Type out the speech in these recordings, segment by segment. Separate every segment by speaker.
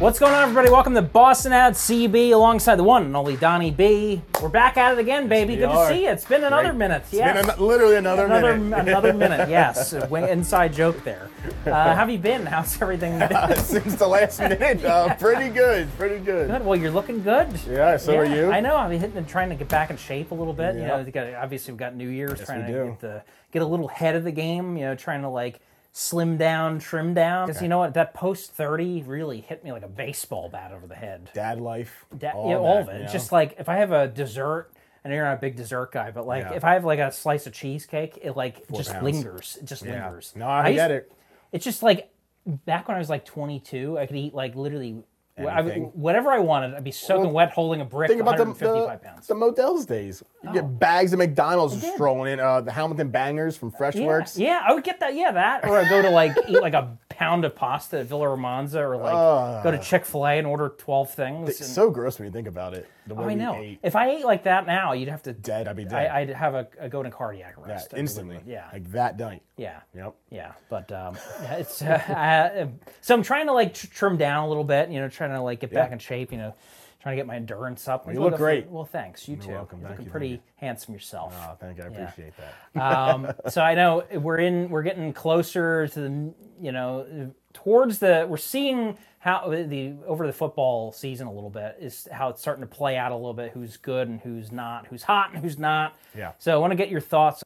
Speaker 1: What's going on, everybody? Welcome to Boston Ad CB alongside the one and only Donnie B. We're back at it again, baby. Good
Speaker 2: are.
Speaker 1: to see you. It's been another
Speaker 2: Great.
Speaker 1: minute.
Speaker 2: It's been
Speaker 1: Yes.
Speaker 2: an- literally another,
Speaker 1: another
Speaker 2: minute.
Speaker 1: another minute. Yes, Wing- inside joke there. Uh, how have you been? How's everything? Been?
Speaker 2: Since the last minute, uh, pretty good, pretty good.
Speaker 1: Good. Well, you're looking good.
Speaker 2: Yeah, so are
Speaker 1: Yeah,
Speaker 2: you.
Speaker 1: I know. I've been hitting and trying to get back in shape a little bit. You
Speaker 2: Yeah.
Speaker 1: know, you gotta- obviously we've got New Year's trying to
Speaker 2: we do.
Speaker 1: get the get a little head of the game. You know, trying to like slim down, trim down. Because you know what, that post thirty really hit me like a baseball bat over the head.
Speaker 2: Dad life,
Speaker 1: Da- yeah, all of
Speaker 2: that,
Speaker 1: it.
Speaker 2: you know?
Speaker 1: Just like if I have a dessert, I know you're not a big dessert guy, but like
Speaker 2: Yeah.
Speaker 1: if I have like a slice of cheesecake, it like just
Speaker 2: pounds.
Speaker 1: lingers. It just
Speaker 2: Yeah.
Speaker 1: lingers.
Speaker 2: No, I,
Speaker 1: used-
Speaker 2: get it.
Speaker 1: It's just like back when I was like 22, I could eat like literally. wh- I would-
Speaker 2: Anything.
Speaker 1: whatever I wanted, I'd be soaking wet holding a brick.
Speaker 2: Think about the,
Speaker 1: 155
Speaker 2: the,
Speaker 1: pounds. Oh.
Speaker 2: the Modell's days. You get bags of McDonald's just thrown in. Uh, the Hamilton Bangers from
Speaker 1: Yeah,
Speaker 2: Freshworks.
Speaker 1: Yeah, I would get that. Yeah, that, or I go to like eat like a pound of pasta at Villa Romanza, or like
Speaker 2: Ah.
Speaker 1: go to Chick Fil A and order 12 things.
Speaker 2: It's
Speaker 1: and-
Speaker 2: so gross when you think about it. The way
Speaker 1: Oh, I
Speaker 2: we
Speaker 1: know.
Speaker 2: ate.
Speaker 1: If I ate like that now, you'd have to
Speaker 2: Dead, I'd be dead.
Speaker 1: I, I'd have a, a go to cardiac arrest I
Speaker 2: Yeah,
Speaker 1: believe.
Speaker 2: instantly.
Speaker 1: Yeah.
Speaker 2: Like that night.
Speaker 1: Yeah.
Speaker 2: Yep.
Speaker 1: Yeah, but um, yeah, it's uh, I, so I'm trying to like tr- trim down a little bit, you know, trying to like get back
Speaker 2: Yeah.
Speaker 1: in shape, you know, trying to get my endurance up.
Speaker 2: you look great.
Speaker 1: Well, thanks. You too.
Speaker 2: welcome.
Speaker 1: You're
Speaker 2: Thank
Speaker 1: looking
Speaker 2: you,
Speaker 1: pretty
Speaker 2: thank
Speaker 1: handsome yourself.
Speaker 2: Oh, thank you. I appreciate that.
Speaker 1: um, so I know we're in, we're getting closer to the, you know, towards the, we're seeing how the over the football season a little bit is how it's starting to play out a little bit. Who's good and who's not, who's hot and who's not.
Speaker 2: Yeah.
Speaker 1: So I want to get your thoughts.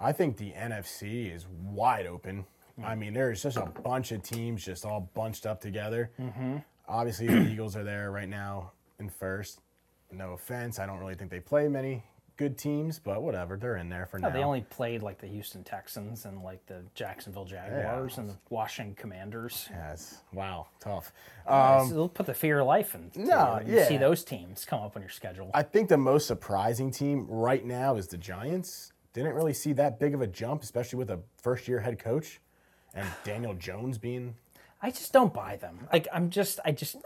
Speaker 2: I think the NFC is wide open. I mean, there's just a bunch of teams just all bunched up together.
Speaker 1: Mm-hmm.
Speaker 2: Obviously, the Eagles are there right now in first. No offense, I don't really think they play many good teams, but whatever, they're in there for now.
Speaker 1: They only played like the Houston Texans and like the Jacksonville Jaguars and the Washington Commanders.
Speaker 2: yes. Wow, tough. Uh,
Speaker 1: So they'll put the fear of life in.
Speaker 2: Um, No,
Speaker 1: you, you see
Speaker 2: yeah.
Speaker 1: those teams come up on your schedule.
Speaker 2: I think the most surprising team right now is the Giants. Didn't really see that big of a jump, especially with a first-year head coach and Daniel Jones being
Speaker 1: I just don't buy them. Like I'm just, I just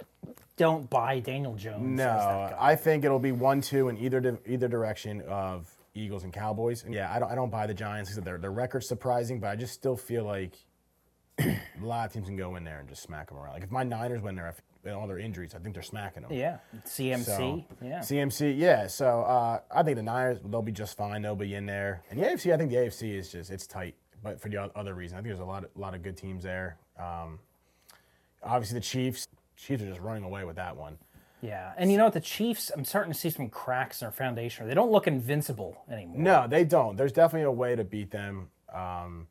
Speaker 1: don't buy Daniel Jones. as that guy.
Speaker 2: No, I think it'll be one two in either di- either direction of Eagles and Cowboys. And yeah, I don't I don't buy the Giants. Like I said, Their their record's surprising, but I just still feel like a lot of teams can go in there and just smack them around. Like if my Niners win there and all their injuries, I think they're smacking them.
Speaker 1: yeah, CMC.
Speaker 2: So,
Speaker 1: yeah,
Speaker 2: CMC, yeah. So uh, I think the Niners they'll be just fine. They'll be in there. And the AFC, I think the AFC is just it's tight, but for the o- other reason, I think there's a lot a lot of good teams there. Um, obviously the Chiefs. Chiefs are just running away with that one.
Speaker 1: yeah. And you know what? The Chiefs. I'm starting to see some cracks in their foundation. They don't look invincible anymore.
Speaker 2: No, they don't. There's definitely a way to beat them, um,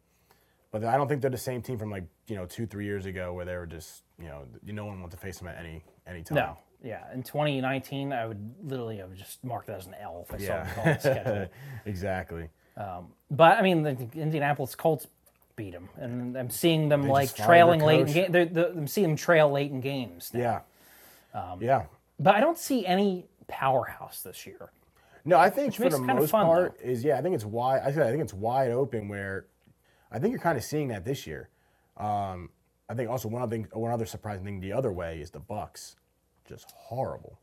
Speaker 2: but I don't think they're the same team from like you know two, three years ago where they were just you know th- no one wanted to face them at any any time.
Speaker 1: No. Yeah, in 2019, I would literally I would just mark that as an L if I saw them
Speaker 2: Yeah.
Speaker 1: call the schedule.
Speaker 2: exactly.
Speaker 1: But I mean, the the Indianapolis Colts beat them, and I'm seeing them like
Speaker 2: just fired
Speaker 1: trailing
Speaker 2: their
Speaker 1: late. In
Speaker 2: coach.
Speaker 1: ga- they're, they're, I'm seeing them trail late in games. now.
Speaker 2: Yeah.
Speaker 1: Um,
Speaker 2: yeah.
Speaker 1: But I don't see any powerhouse this year.
Speaker 2: No, I think for
Speaker 1: makes
Speaker 2: the
Speaker 1: it kinda
Speaker 2: most
Speaker 1: fun, though.
Speaker 2: part is yeah. I think it's wide. I said I think it's wide open. Where I think you're kind of seeing that this year. Um, I think also one other thing, one other surprising thing the other way is the Bucks, just horrible.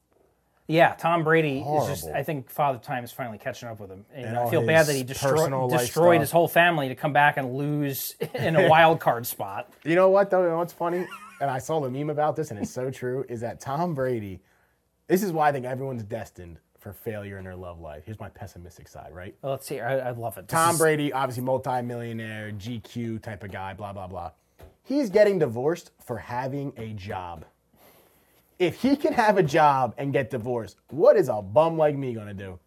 Speaker 1: Yeah, Tom Brady is just.
Speaker 2: Horrible.
Speaker 1: I think Father Time is finally catching up with him. And I
Speaker 2: all
Speaker 1: feel bad
Speaker 2: his
Speaker 1: that he
Speaker 2: personal
Speaker 1: destroyed
Speaker 2: life
Speaker 1: destroyed
Speaker 2: stuff.
Speaker 1: his whole family to come back and lose in a wild card spot.
Speaker 2: You know what though? You know what's funny? And I saw the meme about this, and it's so true. Is that Tom Brady? This is why I think everyone's destined for failure in their love life. Here's my pessimistic side, right?
Speaker 1: Well, let's see. I, I love it. This
Speaker 2: Tom
Speaker 1: is-
Speaker 2: Brady, obviously multimillionaire, GQ type of guy, blah blah blah. He's getting divorced for having a job. If he can have a job and get divorced, what is a bum like me gonna do?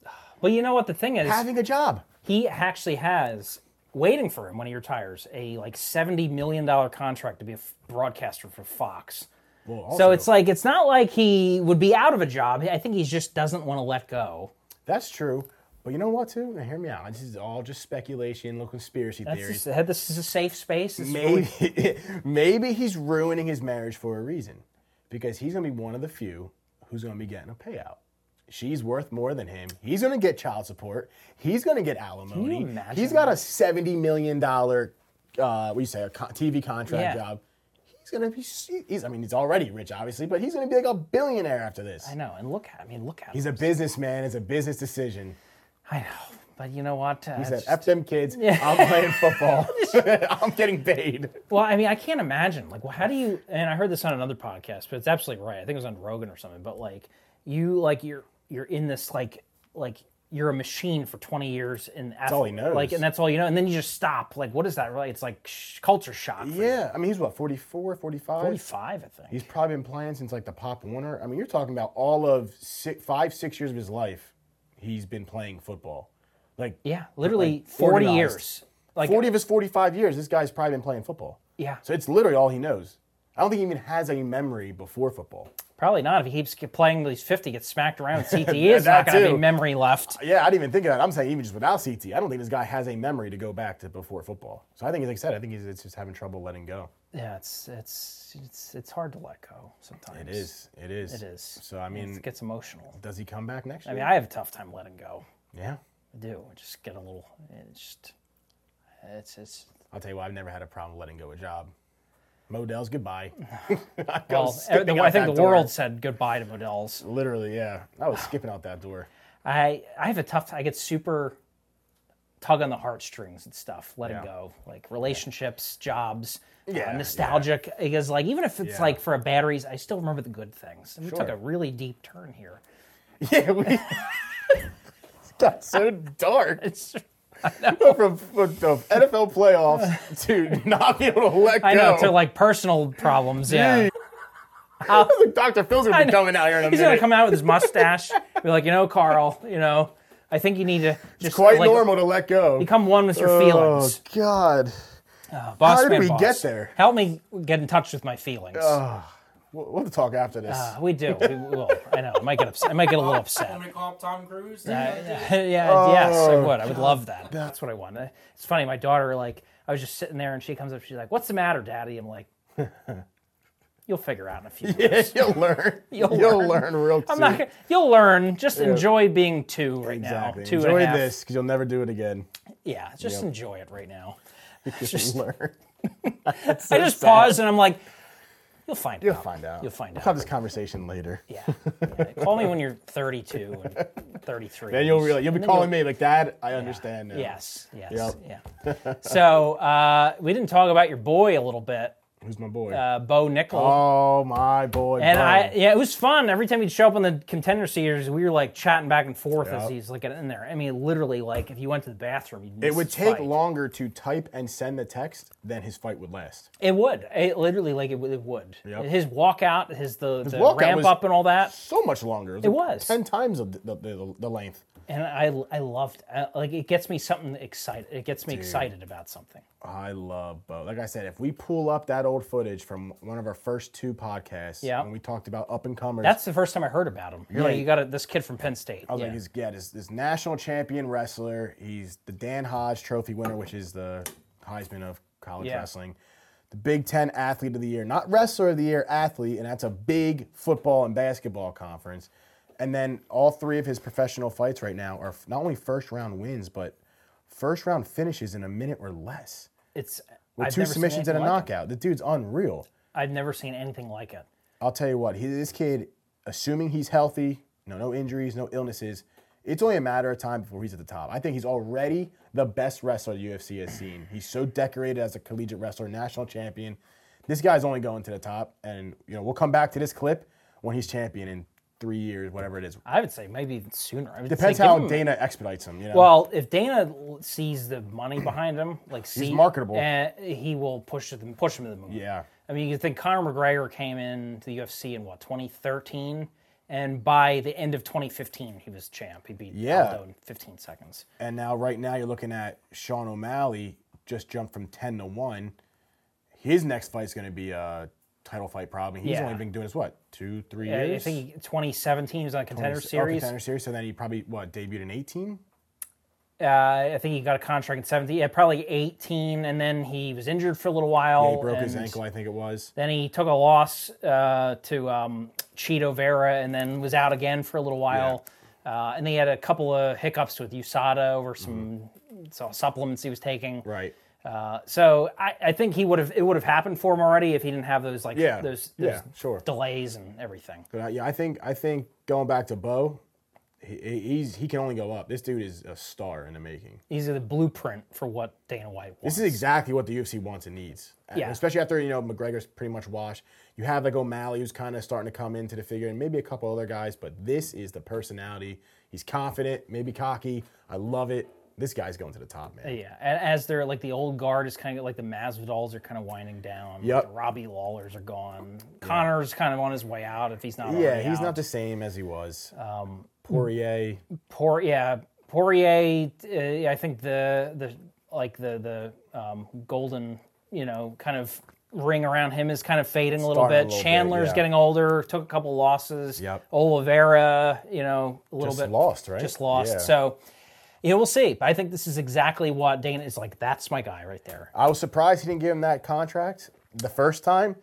Speaker 1: But you know what the thing is,
Speaker 2: Having a job.
Speaker 1: he actually has waiting for him when he retires a like 70 million dollar contract to be a f- broadcaster for Fox. so
Speaker 2: also-
Speaker 1: it's like it's not like he would be out of a job. I think he just doesn't want to let go.
Speaker 2: That's true. But you know what too? Now hear me out. This is all just speculation, little conspiracy
Speaker 1: That's
Speaker 2: theories.
Speaker 1: just, this is a safe space. This is where we-
Speaker 2: maybe maybe he's ruining his marriage for a reason because he's going to be one of the few who's going to be getting a payout she's worth more than him he's going to get child support he's going to get alimony
Speaker 1: imagine
Speaker 2: he's got a 70 million dollar uh, what do you say a co- tv contract
Speaker 1: Yeah.
Speaker 2: job he's going to be he's i mean he's already rich obviously but he's going to be like a billionaire after this
Speaker 1: I know, and look at I mean look at
Speaker 2: he's
Speaker 1: him.
Speaker 2: a businessman it's a business decision
Speaker 1: I know. But you know what? Uh,
Speaker 2: He said,
Speaker 1: it's
Speaker 2: "F them kids. I'm playing football. I'm getting paid."
Speaker 1: Well, I mean, I can't imagine. Like, well, how do you? And I heard this on another podcast, but it's absolutely right. I think it was on Rogan or something. But like, you like you're you're in this like like you're a machine for 20 years and that's
Speaker 2: all he knows.
Speaker 1: Like, and that's all you know. And then you just stop. Like, what is that? Really, it's like sh- culture shock. for
Speaker 2: Yeah, I mean, he's what 44, 45.
Speaker 1: 45, I think.
Speaker 2: He's probably been playing since like the Pop Warner. I mean, you're talking about all of six, five, six years of his life. He's been playing football, like
Speaker 1: yeah, literally
Speaker 2: like,
Speaker 1: 40
Speaker 2: organized.
Speaker 1: years. Like,
Speaker 2: forty of his forty-five years. This guy's probably been playing football.
Speaker 1: yeah,
Speaker 2: So it's literally all he knows. I don't think he even has any memory before football.
Speaker 1: probably not. If he keeps playing till he's 50, gets smacked around with CTE, it's not
Speaker 2: That
Speaker 1: going to be
Speaker 2: too.
Speaker 1: memory left.
Speaker 2: Yeah, I didn't even think of that. I'm saying even just without CT, I don't think this guy has a memory to go back to before football. So I think, like I said, I think he's it's just having trouble letting go.
Speaker 1: Yeah, it's it's it's it's hard to let go sometimes.
Speaker 2: It is. It is.
Speaker 1: It is.
Speaker 2: So I mean,
Speaker 1: It gets emotional.
Speaker 2: does he come back next year?
Speaker 1: I mean, I have a tough time letting go.
Speaker 2: yeah.
Speaker 1: I do. I just get a little. It's just. It's it's.
Speaker 2: I'll tell you what, I've never had a problem letting go a job. Modell's goodbye. I go
Speaker 1: Well, e-
Speaker 2: skipping
Speaker 1: the-
Speaker 2: out
Speaker 1: I think
Speaker 2: that
Speaker 1: the
Speaker 2: door.
Speaker 1: world said goodbye to Modell's.
Speaker 2: Literally, yeah. I was skipping out that door.
Speaker 1: I I have a tough. I get super tug on the heartstrings and stuff. Letting
Speaker 2: Yeah.
Speaker 1: go, like relationships, jobs.
Speaker 2: Yeah,
Speaker 1: Yeah,
Speaker 2: yeah.
Speaker 1: nostalgic because like even if it's
Speaker 2: Yeah.
Speaker 1: like for a batteries, I still remember the good things. And we took
Speaker 2: Sure.
Speaker 1: a really deep turn here.
Speaker 2: Yeah, we got so dark.
Speaker 1: It's
Speaker 2: From, from the NFL playoffs to not be able to let go.
Speaker 1: I know to like personal problems. Yeah,
Speaker 2: Dr. Phil's gonna be coming out here in a
Speaker 1: He's
Speaker 2: minute.
Speaker 1: gonna come out with his mustache, be like, you know, Carl, you know, I think you need to just
Speaker 2: it's quite
Speaker 1: like,
Speaker 2: normal to let go.
Speaker 1: become one with your
Speaker 2: oh
Speaker 1: feelings.
Speaker 2: God.
Speaker 1: Uh, boss
Speaker 2: how did
Speaker 1: man,
Speaker 2: we
Speaker 1: boss.
Speaker 2: get there? Oh.
Speaker 1: Help me get in touch with my feelings.
Speaker 2: We'll, we'll talk after this.
Speaker 1: Uh, we do. We will. I know. I might get upset. I might get a little upset.
Speaker 3: Want me to call up Tom Cruise?
Speaker 1: yeah, yes, I
Speaker 2: Oh,
Speaker 1: would. I would love that. That's what I want. Uh, It's funny. My daughter, like, I was just sitting there, and she comes up. She's like, "What's the matter, Daddy?" I'm like, "You'll figure out in a few years."
Speaker 2: Yeah, you'll learn. You'll, learn. real soon.
Speaker 1: I'm not. gonna- You'll learn. Just enjoy being two right
Speaker 2: exactly.
Speaker 1: now. Two and a
Speaker 2: Enjoy
Speaker 1: half.
Speaker 2: this because you'll never do it again.
Speaker 1: Yeah, just enjoy it right now.
Speaker 2: Just learn.
Speaker 1: I just
Speaker 2: sad.
Speaker 1: pause and I'm like, you'll find
Speaker 2: You'll
Speaker 1: out.
Speaker 2: find out.
Speaker 1: You'll find
Speaker 2: We'll
Speaker 1: out.
Speaker 2: have this conversation later.
Speaker 1: Yeah. yeah. Call me when you're 32 and 33.
Speaker 2: Then you'll realize you'll be
Speaker 1: And then
Speaker 2: calling me like, Dad, I understand now.
Speaker 1: Yes. Yes. Yeah. So uh, we didn't talk about your boy a little bit,
Speaker 2: Who's my boy?
Speaker 1: uh, Bo Nickel.
Speaker 2: oh my boy.
Speaker 1: and
Speaker 2: Bo.
Speaker 1: I, yeah, it was fun. Every time he'd show up on the contender series, we were like chatting back and forth as
Speaker 2: Yep.
Speaker 1: he's like in there. I mean, literally, like if you went to the bathroom, you'd miss
Speaker 2: it would
Speaker 1: his
Speaker 2: take
Speaker 1: fight.
Speaker 2: longer to type and send the text than his fight would last.
Speaker 1: It would. It literally, like it, would- it would.
Speaker 2: Yep.
Speaker 1: His walkout, his the, the
Speaker 2: walkout
Speaker 1: ramp
Speaker 2: was-
Speaker 1: up and all that.
Speaker 2: So much longer. It
Speaker 1: was.
Speaker 2: ten times of the, the, the, the length.
Speaker 1: and I I loved uh, like it gets me something excited. It gets me excited about something.
Speaker 2: I love Bo. Like I said, if we pull up that old footage from one of our first two podcasts,
Speaker 1: Yeah.
Speaker 2: when we talked about up and comers,
Speaker 1: That's the first time I heard about him. You're like, you got a, this kid from Penn State.
Speaker 2: I was
Speaker 1: yeah.
Speaker 2: like, he's yeah, this, this national champion wrestler. He's the Dan Hodge Trophy winner, which is the Heisman of college
Speaker 1: Yeah.
Speaker 2: wrestling. The Big Ten Athlete of the Year, not Wrestler of the Year, athlete, and that's a big football and basketball conference. And then all three of his professional fights right now are f- not only first round wins, but first round finishes in a minute or less.
Speaker 1: it's
Speaker 2: With
Speaker 1: I've
Speaker 2: two
Speaker 1: never seen
Speaker 2: submissions and a
Speaker 1: anything like it.
Speaker 2: knockout. The dude's unreal.
Speaker 1: I've never seen anything like it.
Speaker 2: I'll tell you what, he, this kid, assuming he's healthy, no, no injuries, no illnesses, it's only a matter of time before he's at the top. I think he's already the best wrestler the UFC has seen. He's so decorated as a collegiate wrestler, national champion. This guy's only going to the top, and you know we'll come back to this clip when he's champion in three years, whatever it is.
Speaker 1: I would say maybe even sooner. I would
Speaker 2: Depends
Speaker 1: say,
Speaker 2: how
Speaker 1: give him-
Speaker 2: Dana expedites him. You know,
Speaker 1: Well, if Dana l- sees the money behind him, like he's
Speaker 2: marketable.
Speaker 1: he will push them, push him to the moon.
Speaker 2: yeah,
Speaker 1: I mean, you think Conor McGregor came in to the UFC in what 2013, and by the end of 2015, he was champ. He beat
Speaker 2: Yeah.
Speaker 1: Aldo in 15 seconds.
Speaker 2: and now right now you're looking at Sean O'Malley just jumped from ten to one. His next fight's going to be a title fight, probably. He's
Speaker 1: Yeah.
Speaker 2: only been doing this what two, three
Speaker 1: I- I
Speaker 2: years.
Speaker 1: think he- 2017 he was on a contender
Speaker 2: Oh,
Speaker 1: series.
Speaker 2: contender series. So then he probably what debuted in eighteen.
Speaker 1: Uh, I think he got a contract in 17, yeah, probably 18, and then he was injured for a little while.
Speaker 2: He broke his
Speaker 1: Oh, and
Speaker 2: ankle, I think it was.
Speaker 1: Then he took a loss uh, to um, Cheeto Vera, and then was out again for a little while. Uh, and they had a couple of hiccups with USADA over some so- supplements he was taking.
Speaker 2: Mm-hmm. Right.
Speaker 1: Uh, so I, I think he would have it would have happened for him already if he didn't have those like
Speaker 2: Yeah.
Speaker 1: those, those
Speaker 2: yeah. Sure.
Speaker 1: delays and everything.
Speaker 2: But uh, yeah, I think I think going back to Bo, he, he's he can only go up. This dude is a star in the making.
Speaker 1: He's the blueprint for what Dana White wants.
Speaker 2: This is exactly what the UFC wants and needs. And
Speaker 1: Yeah.
Speaker 2: Especially after, you know, McGregor's pretty much washed. You have like O'Malley who's kind of starting to come into the figure and maybe a couple other guys, but this is the personality. He's confident, maybe cocky. I love it. This guy's going to the top, man.
Speaker 1: yeah, and as they're like the old guard is kind of like the Masvidals are kind of winding down.
Speaker 2: Yep.
Speaker 1: The Robbie Lawlers are gone. Connor's kind of on his way out if he's not.
Speaker 2: Yeah,
Speaker 1: already
Speaker 2: he's
Speaker 1: out.
Speaker 2: not the same as he was. Um, Poirier,
Speaker 1: Por yeah, Poirier. Uh, I think the the like the the um, golden you know kind of ring around him is kind of fading a little
Speaker 2: Starting a
Speaker 1: bit.
Speaker 2: little bit,
Speaker 1: Chandler's
Speaker 2: yeah.
Speaker 1: getting older. Took a couple losses.
Speaker 2: Yep.
Speaker 1: Oliveira, you know, a little
Speaker 2: Just
Speaker 1: bit
Speaker 2: lost, right?
Speaker 1: Just lost.
Speaker 2: Yeah.
Speaker 1: So. Yeah, we'll see. But I think this is exactly what Dana is like. That's my guy right there.
Speaker 2: I was surprised he didn't give him that contract the first time.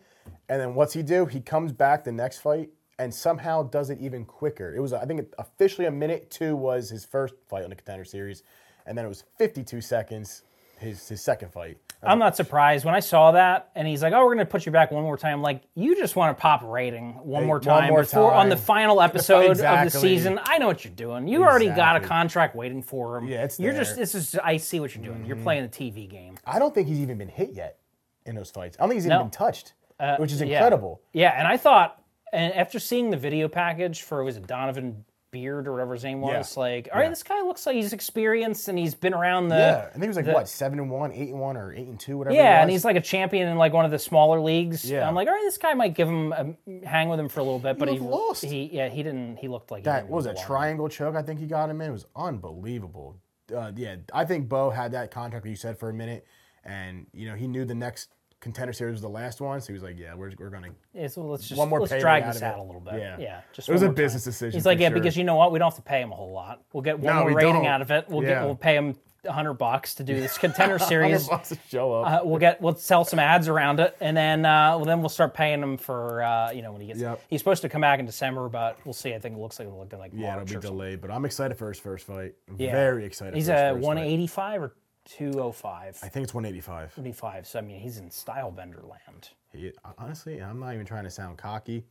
Speaker 2: And then what's he do? He comes back the next fight and somehow does it even quicker. It was, I think, officially a minute two was his first fight on the contender series. And then it was 52 seconds, his, his second fight.
Speaker 1: I'm not surprised when I saw that, and he's like, "Oh, we're gonna put you back one more time." I'm like, you just want to pop rating one more
Speaker 2: one
Speaker 1: time
Speaker 2: more
Speaker 1: before on the
Speaker 2: time.
Speaker 1: final episode of the
Speaker 2: Exactly.
Speaker 1: season. I know what you're doing. You already got a
Speaker 2: Exactly.
Speaker 1: contract waiting for him.
Speaker 2: Yeah, it's
Speaker 1: you're
Speaker 2: there.
Speaker 1: just this is. I see what you're doing. You're playing the TV game.
Speaker 2: I don't think he's even been hit yet in those fights. I don't think he's
Speaker 1: No. Uh,
Speaker 2: even been touched, which is
Speaker 1: yeah.
Speaker 2: incredible.
Speaker 1: Yeah, and I thought, and after seeing the video package for was it Donovan Beard or whatever his name was, like, all right, this guy looks like he's experienced and he's been around Uh, the.
Speaker 2: Yeah. And I think he was like, what, 7 and 1, 8 and 1, or 8 and 2, whatever. it
Speaker 1: Yeah,
Speaker 2: was.
Speaker 1: and he's like a champion in like one of the smaller leagues.
Speaker 2: Yeah.
Speaker 1: And I'm like, all right, this guy might give him a, hang with him for a little bit, but he,
Speaker 2: looked lost.
Speaker 1: he yeah, he didn't. He looked like
Speaker 2: That
Speaker 1: he
Speaker 2: what was
Speaker 1: a
Speaker 2: a triangle choke. I think he got him in. It was unbelievable. Uh, yeah, I think Bo had that contract that you said for a minute, and you know he knew the next contender series was the last one, so he was like, "Yeah, we're, we're gonna."
Speaker 1: It's, well, let's just
Speaker 2: One more
Speaker 1: let's
Speaker 2: payday
Speaker 1: drag
Speaker 2: out
Speaker 1: this
Speaker 2: of it.
Speaker 1: out a little bit. Yeah,
Speaker 2: Yeah.
Speaker 1: just
Speaker 2: It was
Speaker 1: one more
Speaker 2: a
Speaker 1: time.
Speaker 2: business decision
Speaker 1: He's like,
Speaker 2: for
Speaker 1: yeah,
Speaker 2: sure.
Speaker 1: because you know what, we don't have to pay him a whole lot. We'll get one
Speaker 2: No,
Speaker 1: more
Speaker 2: we
Speaker 1: rating
Speaker 2: don't.
Speaker 1: out of it. We'll
Speaker 2: Yeah.
Speaker 1: get we'll pay him hundred bucks to do this contender series.
Speaker 2: Wants to show up.
Speaker 1: Uh, we'll get we'll sell some ads around it, and then uh, well, then we'll start paying him for uh, you know when he gets.
Speaker 2: Yep.
Speaker 1: He's supposed to come back in December, but we'll see. I think it looks like it'll look like
Speaker 2: yeah,
Speaker 1: March
Speaker 2: it'll
Speaker 1: or
Speaker 2: be delayed, but I'm excited for his first fight.
Speaker 1: Yeah.
Speaker 2: Very excited.
Speaker 1: He's
Speaker 2: for his
Speaker 1: a
Speaker 2: first fight.
Speaker 1: 185 or 205.
Speaker 2: I think it's 185.
Speaker 1: 25. So I mean, he's in style bender land.
Speaker 2: He, honestly, I'm not even trying to sound cocky.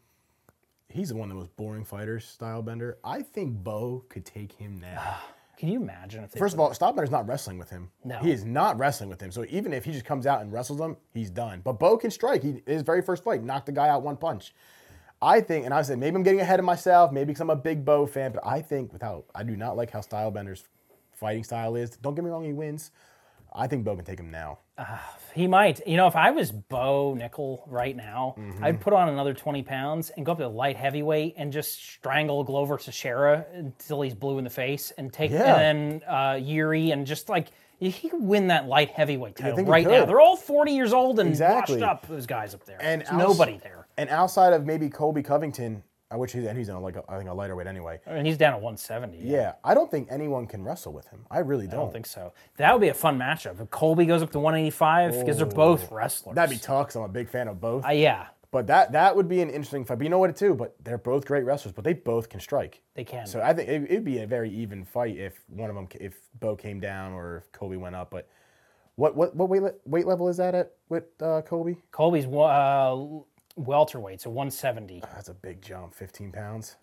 Speaker 2: He's one of the most boring fighters, style bender. I think Bo could take him now.
Speaker 1: Can you imagine if they
Speaker 2: First of all, Stoudemire's not wrestling with him.
Speaker 1: No.
Speaker 2: He is not wrestling with him. So even if he just comes out and wrestles him, he's done. But Bo can strike. He, his very first fight, knocked the guy out one punch. I think, and I said, maybe I'm getting ahead of myself, maybe because I'm a big Bo fan, but I think without, I do not like how Stylebender's fighting style is. Don't get me wrong, he wins. I think Bo can take him now.
Speaker 1: he might? You know, if I was Bo Nickel right now,
Speaker 2: Mm-hmm.
Speaker 1: I'd put on another 20 pounds and go up to light heavyweight and just strangle Glover Teixeira until he's blue in the face, and take
Speaker 2: Yeah.
Speaker 1: and then uh, Yuri and just like. He could win that light heavyweight title
Speaker 2: think he
Speaker 1: right now.
Speaker 2: could.
Speaker 1: They're all 40 years old and
Speaker 2: Exactly.
Speaker 1: washed up, those guys up there.
Speaker 2: And
Speaker 1: There's
Speaker 2: outs-
Speaker 1: nobody there.
Speaker 2: And outside of maybe Colby Covington, I wish he's, and he's on like a, I think a lighter weight anyway.
Speaker 1: And he's down at 170. yeah.
Speaker 2: Yeah, I don't think anyone can wrestle with him. I really don't.
Speaker 1: I don't think so. That would be a fun matchup. If Colby goes up to 185 because they're both wrestlers.
Speaker 2: That'd be tough 'cause I'm a big fan of both.
Speaker 1: Uh, yeah,
Speaker 2: But that that would be an interesting fight. But you know what, too? But they're both great wrestlers, but they both can strike.
Speaker 1: they can.
Speaker 2: So I think it, it'd be a very even fight if one of them, if Bo came down or if Kobe went up. But what what what weight, le- weight level is that at with uh, Kobe?
Speaker 1: Colby's wa- uh, welterweight, so 170.
Speaker 2: That's a big jump, fifteen pounds.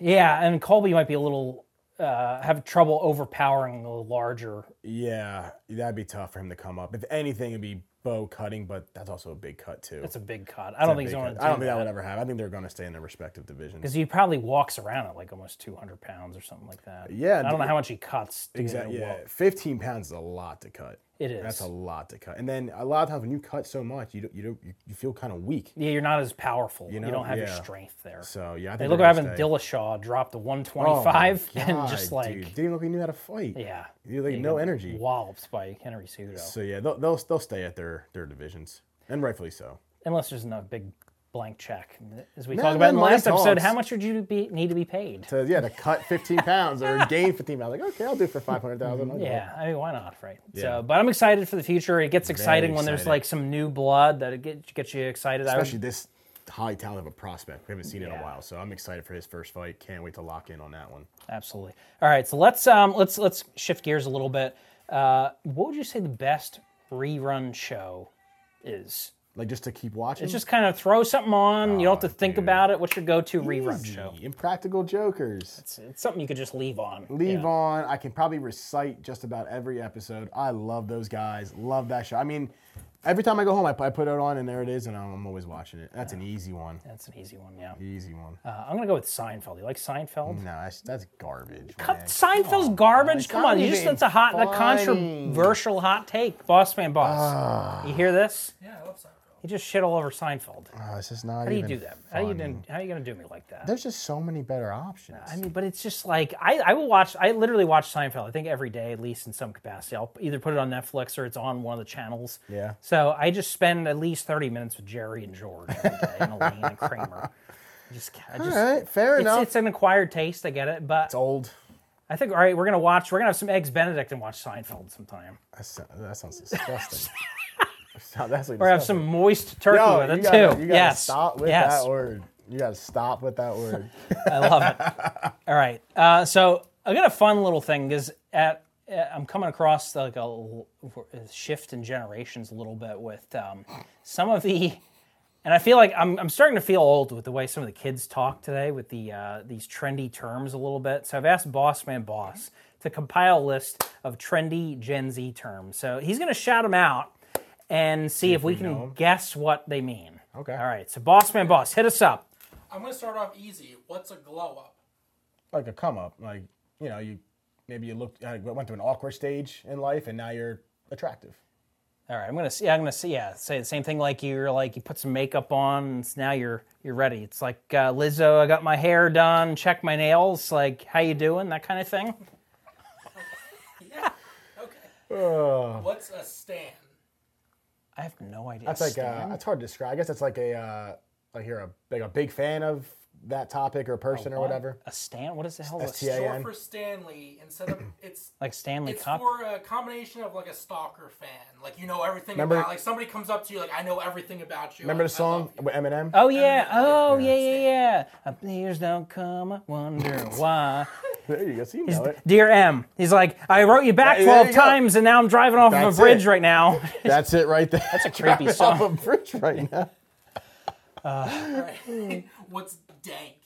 Speaker 1: Yeah, and Colby might be a little uh, have trouble overpowering the larger.
Speaker 2: Yeah, that'd be tough for him to come up. If anything, it'd be Bo cutting, but that's also a big cut too.
Speaker 1: It's a big cut. I don't think
Speaker 2: Big
Speaker 1: he's going
Speaker 2: cut.
Speaker 1: to.
Speaker 2: I don't think that would ever happen. I think they're going to stay in their respective divisions.
Speaker 1: because he probably walks around at like almost 200 pounds or something like that.
Speaker 2: Yeah,
Speaker 1: I don't
Speaker 2: dude.
Speaker 1: know how much he cuts. to
Speaker 2: Exactly.
Speaker 1: get a
Speaker 2: Yeah,
Speaker 1: walk.
Speaker 2: fifteen pounds is a lot to cut.
Speaker 1: It is.
Speaker 2: That's a lot to cut. And then a lot of times when you cut so much, you don't, you don't, you, you feel kind of weak.
Speaker 1: Yeah, you're not as powerful. You,
Speaker 2: know,
Speaker 1: don't have your
Speaker 2: yeah.
Speaker 1: strength there.
Speaker 2: So yeah, I
Speaker 1: They
Speaker 2: think they're
Speaker 1: look at
Speaker 2: gonna
Speaker 1: having
Speaker 2: stay.
Speaker 1: Dillashaw drop to
Speaker 2: Oh, my
Speaker 1: 125 and just
Speaker 2: God,
Speaker 1: like
Speaker 2: dude. didn't even look like he knew how to fight.
Speaker 1: yeah,
Speaker 2: He had, like no energy.
Speaker 1: Wallops by Henry Cejudo.
Speaker 2: So yeah, they'll, they'll they'll stay at their their divisions, and rightfully so.
Speaker 1: Unless there's another big blank check, as we
Speaker 2: No,
Speaker 1: talked about in the
Speaker 2: then
Speaker 1: last
Speaker 2: money
Speaker 1: episode.
Speaker 2: talks.
Speaker 1: How much would you be, need to be paid?
Speaker 2: To yeah, to cut fifteen pounds or gain fifteen pounds, like okay, I'll do it for five hundred thousand.
Speaker 1: Yeah, I mean, why not, right? So, but I'm excited for the future. It gets exciting when there's
Speaker 2: excited.
Speaker 1: like some new blood that gets gets you excited. I would-
Speaker 2: especially this high talent of a prospect. We haven't seen in
Speaker 1: Yeah.
Speaker 2: a while, so I'm excited for his first fight. Can't wait to lock in on that one.
Speaker 1: absolutely. All right, so let's um let's let's shift gears a little bit. Uh, what would you say the best rerun show is?
Speaker 2: Like just to keep watching.
Speaker 1: It's just kind of throw something on. you don't have to think about it. What's your go-to rerun
Speaker 2: Oh, Easy.
Speaker 1: show?
Speaker 2: Impractical Jokers.
Speaker 1: It's, it's something you could just leave on.
Speaker 2: Leave on. I can probably recite just about every episode. I love those guys. Love that show. I mean, every time I go home, I, I put it on and there it is, and I'm always watching it. That's an easy one.
Speaker 1: That's an easy one. Yeah.
Speaker 2: Easy one.
Speaker 1: Uh, I'm gonna go with Seinfeld. You like Seinfeld?
Speaker 2: No, that's, that's garbage.
Speaker 1: Cut-
Speaker 2: man.
Speaker 1: Seinfeld's garbage.
Speaker 2: it's
Speaker 1: Come
Speaker 2: not
Speaker 1: on, you just
Speaker 2: even
Speaker 1: that's a hot, a
Speaker 2: funny.
Speaker 1: controversial hot take, boss man, boss. you hear this?
Speaker 3: Yeah, I love Seinfeld.
Speaker 1: You just shit all over Seinfeld. How
Speaker 2: Oh, it's just not. Ah. How
Speaker 1: do you do that? How you didn't, How you gonna do me like that?
Speaker 2: There's just so many better options.
Speaker 1: I mean, but it's just like I, I will watch. I literally watch Seinfeld. I think every day, at least in some capacity. I'll either put it on Netflix or it's on one of the channels.
Speaker 2: Yeah.
Speaker 1: So I just spend at least thirty minutes with Jerry and George every day, and Elaine and Kramer. I just, I just,
Speaker 2: All right, fair
Speaker 1: it's,
Speaker 2: enough.
Speaker 1: it's an acquired taste. I get it, but
Speaker 2: it's old.
Speaker 1: I think all right, we're gonna watch. We're gonna have some eggs Benedict and watch Seinfeld sometime,
Speaker 2: That sounds, that sounds disgusting. So- that's like
Speaker 1: or have
Speaker 2: disgusting.
Speaker 1: some moist turkey
Speaker 2: Yo,
Speaker 1: with it
Speaker 2: you gotta,
Speaker 1: too.
Speaker 2: You gotta
Speaker 1: yes.
Speaker 2: stop with
Speaker 1: yes.
Speaker 2: that word. You gotta stop with that word.
Speaker 1: I love it. All right. Uh, so I got a fun little thing because at uh, I'm coming across like a, l- shift in generations a little bit with um, some of the, and I feel like I'm, I'm starting to feel old with the way some of the kids talk today with the uh, these trendy terms a little bit. So I've asked Boss Man Boss to compile a list of trendy Gen Z terms. So he's going to shout them out and see, if, we can guess what they mean.
Speaker 2: Okay.
Speaker 1: All right. So Boss Man Boss, hit us up.
Speaker 3: I'm gonna start off easy. What's a glow up?
Speaker 2: like a come up. Like you know, you maybe you looked uh, went through an awkward stage in life, and now you're attractive.
Speaker 1: All right, I'm gonna see. I'm gonna see. Yeah, say the same thing. Like you're like you put some makeup on, and it's- now you're you're ready. It's like uh, Lizzo. I got my hair done. Check my nails. Like how you doing? That kind of thing.
Speaker 3: Yeah. Okay.
Speaker 1: Oh.
Speaker 3: What's a stan?
Speaker 1: I have no idea.
Speaker 2: That's like
Speaker 1: Stan?
Speaker 2: uh, that's hard to describe. I guess that's like a uh, like you're a like a big fan of that topic or person or
Speaker 1: What?
Speaker 2: whatever.
Speaker 1: A Stan? What is the hell? is
Speaker 2: STA.
Speaker 3: Short
Speaker 2: Stan.
Speaker 3: for Stanley. Instead of it's
Speaker 1: Like Stanley
Speaker 3: it's
Speaker 1: Cup?
Speaker 3: for a combination of like a stalker fan. Like you know everything
Speaker 2: Remember-
Speaker 3: about. Like somebody comes up to you like I know everything about you.
Speaker 2: Remember the
Speaker 3: like, I love
Speaker 2: song with Eminem?
Speaker 1: Oh yeah.
Speaker 3: Eminem,
Speaker 1: Oh yeah yeah yeah. Uh, Years don't come. I wonder why.
Speaker 2: There you go. See, you know it.
Speaker 1: Dear M, he's like I wrote you back
Speaker 2: There
Speaker 1: twelve
Speaker 2: you go.
Speaker 1: times, and now I'm driving off of
Speaker 2: That's
Speaker 1: a bridge
Speaker 2: it.
Speaker 1: right now.
Speaker 2: That's it right there. That's a
Speaker 1: creepy
Speaker 2: Off a
Speaker 1: song.
Speaker 2: bridge right now.
Speaker 3: you. Right. What's dank?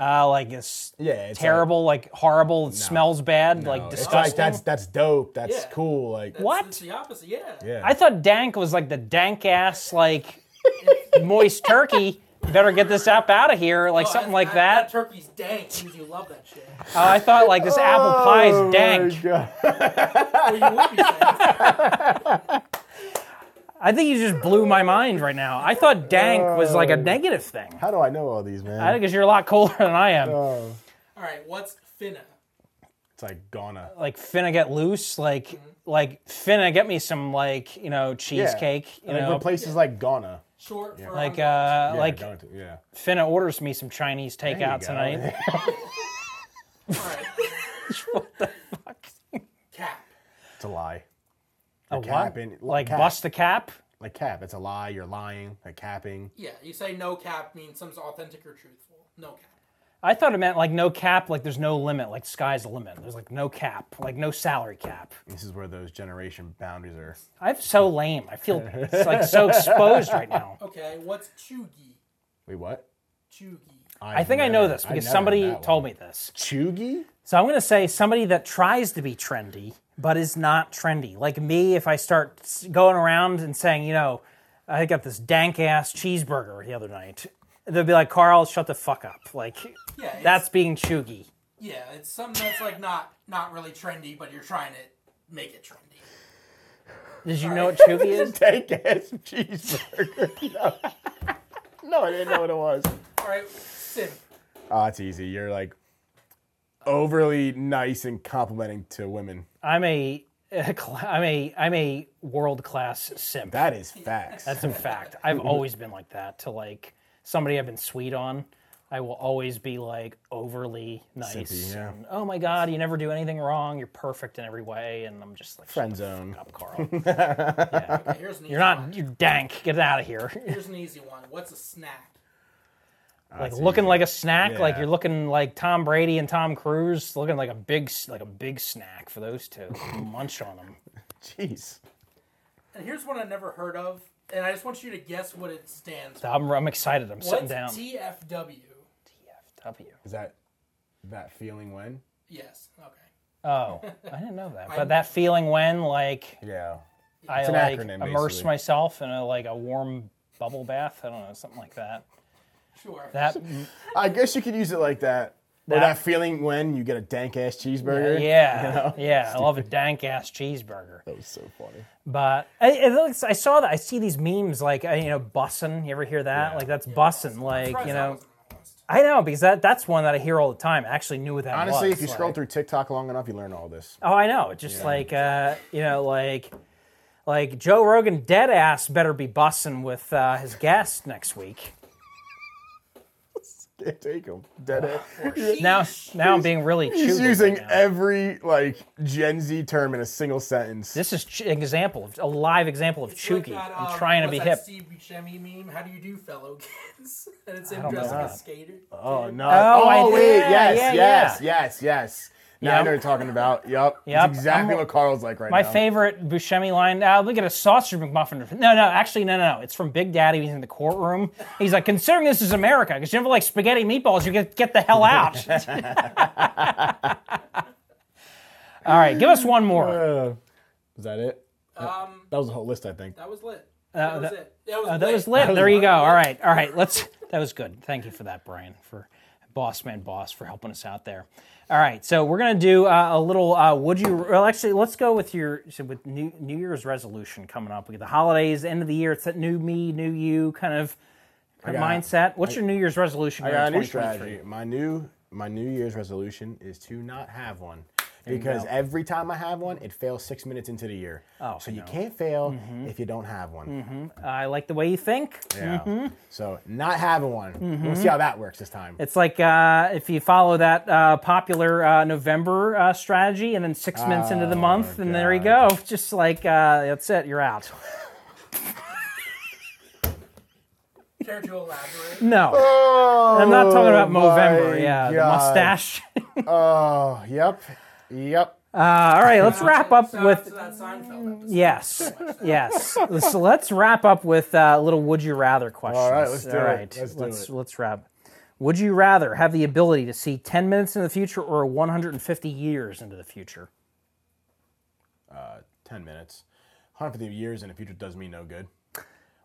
Speaker 1: Uh, like it's
Speaker 2: Yeah, it's
Speaker 1: terrible, like, horrible. It smells bad, like
Speaker 2: It's
Speaker 1: disgusting.
Speaker 2: like that's that's dope. That's
Speaker 3: Yeah.
Speaker 2: cool. Like
Speaker 1: What?
Speaker 3: It's the opposite. Yeah.
Speaker 2: yeah.
Speaker 1: I thought dank was like the dank ass, like moist turkey. Better get this app out of here, like
Speaker 3: Oh,
Speaker 1: something
Speaker 3: I-
Speaker 1: like
Speaker 3: I-
Speaker 1: that.
Speaker 3: turkey's dank. means You love that shit.
Speaker 1: Oh, I thought like this apple pie
Speaker 2: Oh my
Speaker 1: is dank.
Speaker 2: God.
Speaker 3: Well, you would be dank.
Speaker 1: I think you just blew my mind right now. I thought dank was like a negative thing.
Speaker 2: How do I know all these, man?
Speaker 1: I think 'cause you're a lot cooler than I am.
Speaker 2: Oh.
Speaker 3: All right. What's finna?
Speaker 2: it's like Ghana.
Speaker 1: Like finna get loose, like like finna get me some like you know cheesecake, you
Speaker 2: like
Speaker 1: know.
Speaker 2: when places like Ghana.
Speaker 3: Short for
Speaker 1: like uh,
Speaker 3: unwanted.
Speaker 2: Yeah,
Speaker 1: like
Speaker 2: Ghana too, yeah.
Speaker 1: Finna orders me some Chinese takeout
Speaker 2: go.
Speaker 1: tonight.
Speaker 3: All right. Cap.
Speaker 2: It's a lie.
Speaker 1: A
Speaker 2: You're
Speaker 1: what?
Speaker 2: capping-
Speaker 1: Like
Speaker 2: cap.
Speaker 1: bust the cap.
Speaker 2: Like cap. It's a lie. You're lying. Like capping.
Speaker 3: Yeah, you say no cap means something's authentic or truthful. No cap.
Speaker 1: I thought it meant like no cap, like there's no limit, like sky's the limit. There's like no cap, like no salary cap.
Speaker 2: This is where those generation boundaries are.
Speaker 1: I'm so lame. I feel it's like so exposed right now.
Speaker 3: Okay, what's chugi?
Speaker 2: Wait, what?
Speaker 3: Chugi.
Speaker 1: I think I know this because somebody told me this.
Speaker 2: Chugi?
Speaker 1: So I'm going to say somebody that tries to be trendy but is not trendy. Like me, if I start s- going around and saying, you know, I got this dank ass cheeseburger the other night, they'll be like, Carl, shut the fuck up. Like,
Speaker 3: Yeah, it's,
Speaker 1: that's being chuggy.
Speaker 3: yeah, it's something that's like not not really trendy, but you're trying to make it trendy.
Speaker 1: Did you know what chuggy is?
Speaker 2: Dank ass cheeseburger. no. no, I didn't know what it was.
Speaker 3: All right, simp.
Speaker 2: Oh, it's easy. You're like overly nice and complimenting to women.
Speaker 1: I'm a, a cl- I'm a I'm a world class simp.
Speaker 2: That is facts.
Speaker 1: That's in fact. I've always been like that to like somebody I've been sweet on. I will always be like overly nice.
Speaker 2: Simpy, yeah.
Speaker 1: and, oh my god, you never do anything wrong. You're perfect in every way, and I'm just like
Speaker 2: friend zone.
Speaker 1: Shut up, Carl.
Speaker 3: Okay, here's an easy
Speaker 1: Uh, You're
Speaker 3: one.
Speaker 1: not. You're dank. Get out of here.
Speaker 3: Here's an easy one. What's a snack?
Speaker 1: like looking like a snack. Like
Speaker 2: Yeah.
Speaker 1: you're looking like Tom Brady and Tom Cruise. Looking like a big s- like a big snack for those two. Munch on them.
Speaker 2: Jeez.
Speaker 3: And here's one I never heard of, and I just want you to guess what it stands for.
Speaker 1: I'm, I'm excited. I'm sitting
Speaker 3: What's
Speaker 1: down.
Speaker 3: TFW?
Speaker 1: TFW.
Speaker 2: Is that that feeling when?
Speaker 3: Yes. Okay.
Speaker 1: Oh, I didn't know that. But that feeling when like
Speaker 2: Yeah.
Speaker 1: I
Speaker 2: an
Speaker 1: like
Speaker 2: acronym,
Speaker 1: immerse
Speaker 2: basically.
Speaker 1: myself in a like a warm bubble bath. I don't know, something like that.
Speaker 3: Sure.
Speaker 1: That
Speaker 2: I guess you could use it like that. Or that feeling when you get a dank ass cheeseburger.
Speaker 1: yeah, yeah. I love a dank ass cheeseburger.
Speaker 2: That was so funny.
Speaker 1: But I, it looks, I saw that. I see these memes like uh, you know, bussin. You ever hear that? Like that's bussin. Like
Speaker 3: Surprised
Speaker 1: you
Speaker 3: that
Speaker 1: know,
Speaker 3: wasn't on the list.
Speaker 1: I know because that that's one that I hear all the time. I actually knew what that
Speaker 2: Honestly,
Speaker 1: was.
Speaker 2: if you
Speaker 1: like-
Speaker 2: scroll through TikTok long enough, you learn all this.
Speaker 1: Oh, I know. Just like uh, you know, like like Joe Rogan dead ass better be bussing with uh, his guest next week.
Speaker 2: Can't take them. Dead ass.
Speaker 1: Now, now I'm being really
Speaker 2: He's
Speaker 1: choosy
Speaker 2: using
Speaker 1: right now.
Speaker 2: every like Gen Z term in a single sentence.
Speaker 1: This is ch- an example of a live example of
Speaker 3: It's like
Speaker 1: Chucky.
Speaker 3: that,
Speaker 1: I'm
Speaker 3: um,
Speaker 1: trying to be
Speaker 3: what's that
Speaker 1: hip.
Speaker 3: Steve Buscemi meme. How do you do, fellow kids? and it's
Speaker 1: don't
Speaker 3: him
Speaker 1: know
Speaker 3: dressed like
Speaker 1: that.
Speaker 3: a skater.
Speaker 2: oh no!
Speaker 1: Oh, I did.
Speaker 2: wait!
Speaker 1: Yeah,
Speaker 2: Yes,
Speaker 1: yeah,
Speaker 2: yes, yes, yes. Now I
Speaker 1: Yep.
Speaker 2: know what you're talking about. Yup.
Speaker 1: Yep.
Speaker 2: That's exactly
Speaker 1: I'm-
Speaker 2: what Carl's like right
Speaker 1: My
Speaker 2: now.
Speaker 1: favorite Buscemi line. Uh, we get a sausage McMuffin. No, no, actually, no, no, no. It's from Big Daddy. He's in the courtroom. He's like, considering this is America, because you never like spaghetti meatballs, you get get the hell out. All right, give us one more.
Speaker 2: Uh, was that it? Um, that was the whole list, I think.
Speaker 3: That was lit. that was
Speaker 1: that-
Speaker 3: it. That was,
Speaker 1: Uh,
Speaker 3: lit.
Speaker 1: that was lit. There you go. All right, all right. Let's. That was good. Thank you for that, Brian. For boss man, boss for helping us out there. All right, so we're gonna do uh, a little. Uh, would you? Well, actually, let's go with your so with New, New Year's resolution coming up. We get the holidays, end of the year. It's that new me, new you kind of, kind of
Speaker 2: got-
Speaker 1: mindset. What's your New Year's resolution?
Speaker 2: I
Speaker 1: going
Speaker 2: got a
Speaker 1: into
Speaker 2: new
Speaker 1: 2023?
Speaker 2: strategy. My new my New Year's resolution is to not have one. Because every time I have one, it fails six minutes into the year. Oh, so you can't fail
Speaker 1: Mm-hmm.
Speaker 2: if you don't have one.
Speaker 1: I like the way you think.
Speaker 2: Yeah. So not having one. We'll see how that works this time.
Speaker 1: Mm-hmm. It's like uh, if you follow that uh, popular uh, November uh, strategy, and then six minutes into the
Speaker 2: Oh
Speaker 1: month, and there you go. Just like uh, that's it, you're out.
Speaker 3: Care to elaborate?
Speaker 1: No,
Speaker 2: oh,
Speaker 1: I'm not talking about
Speaker 2: my
Speaker 1: Movember. Yeah, the
Speaker 2: God.
Speaker 1: mustache.
Speaker 2: Oh, yep, yep.
Speaker 1: Uh, all right, let's wrap up
Speaker 3: Shout out to
Speaker 1: with
Speaker 3: that Seinfeld episode.
Speaker 1: yes, yes. So let's wrap up with uh, little would you rather questions.
Speaker 2: All right, let's do
Speaker 1: All
Speaker 2: it.
Speaker 1: right,
Speaker 2: Let's do
Speaker 1: let's
Speaker 2: it.
Speaker 1: let's wrap. Would you rather have the ability to see 10 minutes into the future or 150 years into the future?
Speaker 2: Ten minutes. 150 years in the future does me no good.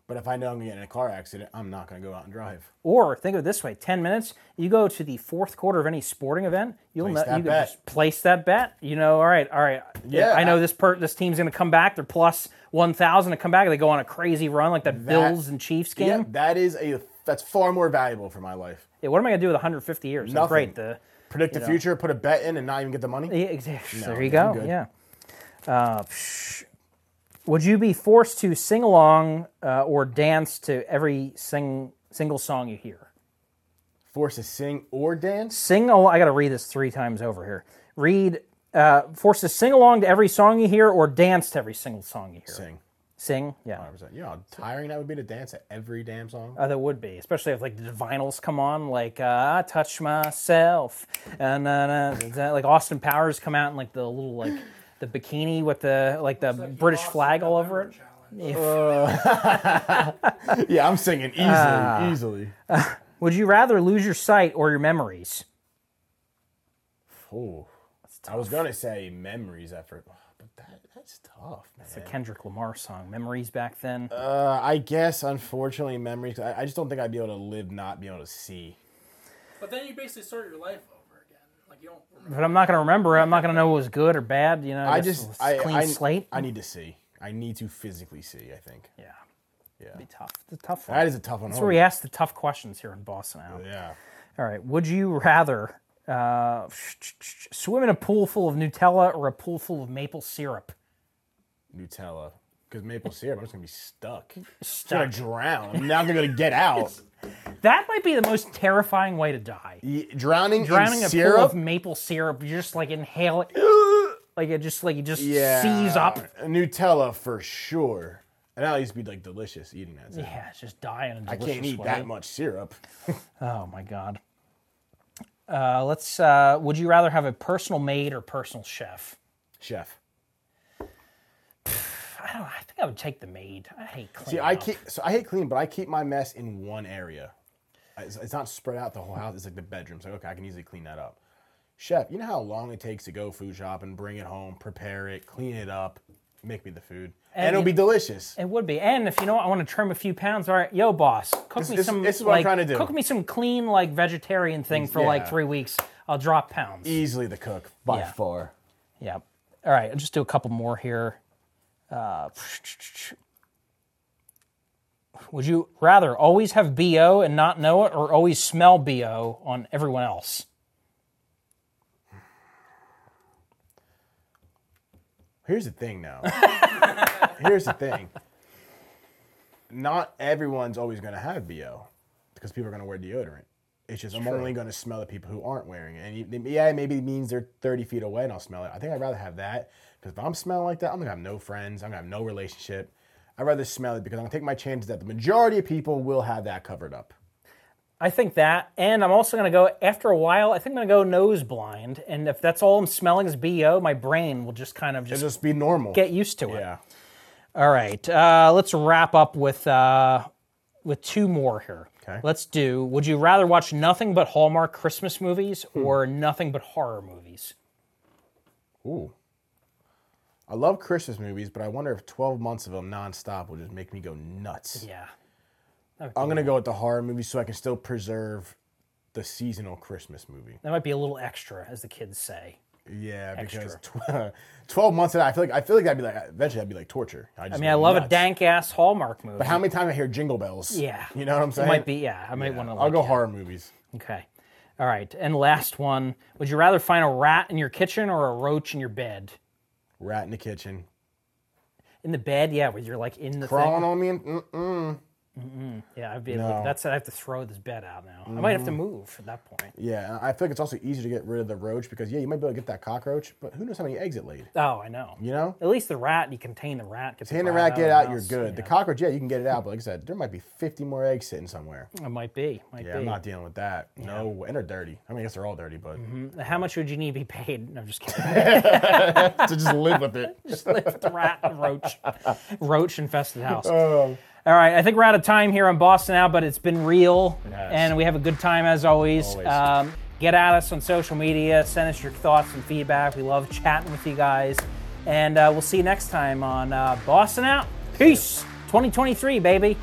Speaker 2: But if I know I'm gonna get in a car accident, I'm not gonna go out and drive.
Speaker 1: Or think of it this way: ten minutes. You go to the fourth quarter of any sporting event. You'll
Speaker 2: Place
Speaker 1: know,
Speaker 2: that
Speaker 1: you can
Speaker 2: bet.
Speaker 1: just place that bet. You know, all right, all right.
Speaker 2: Yeah,
Speaker 1: I know
Speaker 2: I-
Speaker 1: this per, this team's going to come back. They're plus one thousand to come back. They go on a crazy run like that, Bills and Chiefs game.
Speaker 2: Yeah, that is a that's far more valuable for my life.
Speaker 1: Yeah, what am I going to do with 150 years? Oh,
Speaker 2: Nothing.
Speaker 1: Great. The
Speaker 2: Predict the future, put a bet in, and not even get the money.
Speaker 1: yeah, exactly. there you
Speaker 2: yeah, I'm
Speaker 1: go.
Speaker 2: good.
Speaker 1: Yeah. Uh, psh. would you be forced to sing along uh, or dance to every sing single song you hear?
Speaker 2: Forced to sing or dance.
Speaker 1: sing al- I got to read this three times over here. Read uh, forced to sing along to every song you hear or dance to every single song you hear.
Speaker 2: Sing.
Speaker 1: Sing, yeah.
Speaker 2: You know how tiring that would be to dance at every damn song.
Speaker 1: Uh, that would be, especially if like the vinyls come on, like uh, I touch myself, and uh, like Austin Powers come out in like the little like the bikini with the like the
Speaker 3: You
Speaker 1: British
Speaker 3: lost
Speaker 1: flag
Speaker 3: the
Speaker 1: all over it.
Speaker 3: November challenge.
Speaker 1: Uh,
Speaker 2: yeah, I'm singing easily,
Speaker 1: Ah.
Speaker 2: easily.
Speaker 1: Would you rather lose your sight or your memories?
Speaker 2: Oh, I was gonna say memories effort, but that, that's tough, man.
Speaker 1: The Kendrick Lamar song, "Memories" back then.
Speaker 2: Uh, I guess unfortunately memories. I, I just don't think I'd be able to live not being able to see.
Speaker 3: But then you basically start your life over again. Like you don't remember.
Speaker 1: but I'm not gonna remember. it. I'm not gonna know what was good or bad. You know,
Speaker 2: I
Speaker 1: guess
Speaker 2: just
Speaker 1: it's
Speaker 2: I,
Speaker 1: clean
Speaker 2: I,
Speaker 1: slate.
Speaker 2: I need to see. I need to physically see. I think
Speaker 1: yeah,
Speaker 2: Yeah.
Speaker 1: be tough. It's a tough one.
Speaker 2: that is a tough one. Oh,
Speaker 1: That's where we ask the tough questions here in Boston. Al.
Speaker 2: yeah.
Speaker 1: All right. Would you rather uh, swim in a pool full of Nutella or a pool full of maple syrup?
Speaker 2: Nutella. Because maple syrup, I'm just gonna be stuck. Just gonna drown. I'm not gonna be able to get out.
Speaker 1: That might be the most terrifying way to die.
Speaker 2: Y- drowning,
Speaker 1: Drowning in
Speaker 2: in
Speaker 1: a
Speaker 2: syrup.
Speaker 1: pool of maple syrup, you just like inhale it, like it just like you just
Speaker 2: yeah. Uh,
Speaker 1: seize up.
Speaker 2: Nutella for sure. And that used to be like delicious eating that. stuff.
Speaker 1: Yeah, it's just dying. In a
Speaker 2: I
Speaker 1: delicious
Speaker 2: can't eat
Speaker 1: way.
Speaker 2: that much syrup.
Speaker 1: Oh my god. Uh, let's. Uh, would you rather have a personal maid or personal chef?
Speaker 2: Chef.
Speaker 1: I I don't. I think I would take the maid. I hate clean.
Speaker 2: See, I
Speaker 1: up.
Speaker 2: keep so I hate clean, but I keep my mess in one area. It's, it's not spread out the whole house. It's like the bedroom. So okay, I can easily clean that up. Chef, you know how long it takes to go food shop and bring it home, prepare it, clean it up, make me the food, and, it'll be delicious.
Speaker 1: It would be. And if you know what, I want to trim a few pounds. All right, yo, boss, cook me
Speaker 2: this-
Speaker 1: some.
Speaker 2: this is what I'm
Speaker 1: like,
Speaker 2: trying to do.
Speaker 1: Cook me some clean, like vegetarian thing for like
Speaker 2: Yeah. E
Speaker 1: three weeks. I'll drop pounds.
Speaker 2: Easily the cook by
Speaker 1: Yeah.
Speaker 2: far.
Speaker 1: Yeah. All right, I'll just do a couple more here. Uh, would you rather always have bo and not know it, or always smell bo on everyone else?
Speaker 2: Here's the thing now. Here's the thing. Not everyone's always going to have BO because people are going to wear deodorant. It's just I'm only going to smell the people who aren't wearing it. And you- they- yeah, maybe it means they're 30 feet away and I'll smell it. I think I'd rather have that because if I'm smelling like that, I'm going to have no friends. I'm going to have no relationship. I'd rather smell it because I'm going to take my chances that the majority of people will have that covered up.
Speaker 1: I think that, and I'm also going to go after a while. I think I'm going to go nose blind, and if that's all I'm smelling is bo, my brain will just kind of just
Speaker 2: It'll just be normal.
Speaker 1: get used to it.
Speaker 2: yeah.
Speaker 1: All right, uh, let's wrap up with uh, with two more here.
Speaker 2: Okay.
Speaker 1: Let's do. Would you rather watch nothing but Hallmark Christmas movies
Speaker 2: Hmm.
Speaker 1: or nothing but horror movies?
Speaker 2: Ooh. I love Christmas movies, but I wonder if 12 months of them nonstop will just make me go nuts.
Speaker 1: Yeah.
Speaker 2: I'm gonna go with the horror movie so I can still preserve the seasonal Christmas movie.
Speaker 1: That might be a little extra, as the kids say.
Speaker 2: Yeah, because tw- twelve months of that, I feel like I feel like that'd be like eventually that'd be like torture. just
Speaker 1: I mean, I love a
Speaker 2: nuts.
Speaker 1: dank ass Hallmark movie.
Speaker 2: But how many times I hear Jingle Bells?
Speaker 1: Yeah.
Speaker 2: you know what I'm
Speaker 1: it
Speaker 2: saying.
Speaker 1: might be, yeah. I might want to.
Speaker 2: I'll go horror movies.
Speaker 1: Okay. All right. And last one. Would you rather find a rat in your kitchen or a roach in your bed?
Speaker 2: Rat in the kitchen,
Speaker 1: In the bed, yeah, where you're like in the thing.
Speaker 2: crawling on me. And, mm, mm.
Speaker 1: Yeah, I'd be able
Speaker 2: No. Mm.
Speaker 1: that's it. I have to throw this bed out now. I might have to move at that point.
Speaker 2: Yeah, and I feel like it's also easier to get rid of the roach because yeah, you might be able to get that cockroach, but who knows how many eggs it laid?
Speaker 1: Oh, I know.
Speaker 2: You know,
Speaker 1: At least the rat, you contain the rat. Get
Speaker 2: hand
Speaker 1: the
Speaker 2: the rat, get
Speaker 1: of
Speaker 2: out,
Speaker 1: the
Speaker 2: you're
Speaker 1: house.
Speaker 2: good. The cockroach, yeah, you can get it out, but like I said, there might be 50 more eggs sitting somewhere.
Speaker 1: It might be. Might
Speaker 2: Yeah,
Speaker 1: be.
Speaker 2: I'm not dealing with that. No, way. and they're dirty. I mean, I guess they're all dirty, but
Speaker 1: Mm-hmm. How much would you need to be paid? No, I'm just kidding.
Speaker 2: to just live with it.
Speaker 1: just live with the rat and roach, roach infested house.
Speaker 2: Oh.
Speaker 1: All right, I think we're out of time here on Boston now, but it's been real,
Speaker 2: Yes.
Speaker 1: and we have a good time as always.
Speaker 2: Always.
Speaker 1: Um, get at us on social media, send us your thoughts and feedback. We love chatting with you guys, and uh, we'll see you next time on uh, Boston Out. Peace, 2023, baby.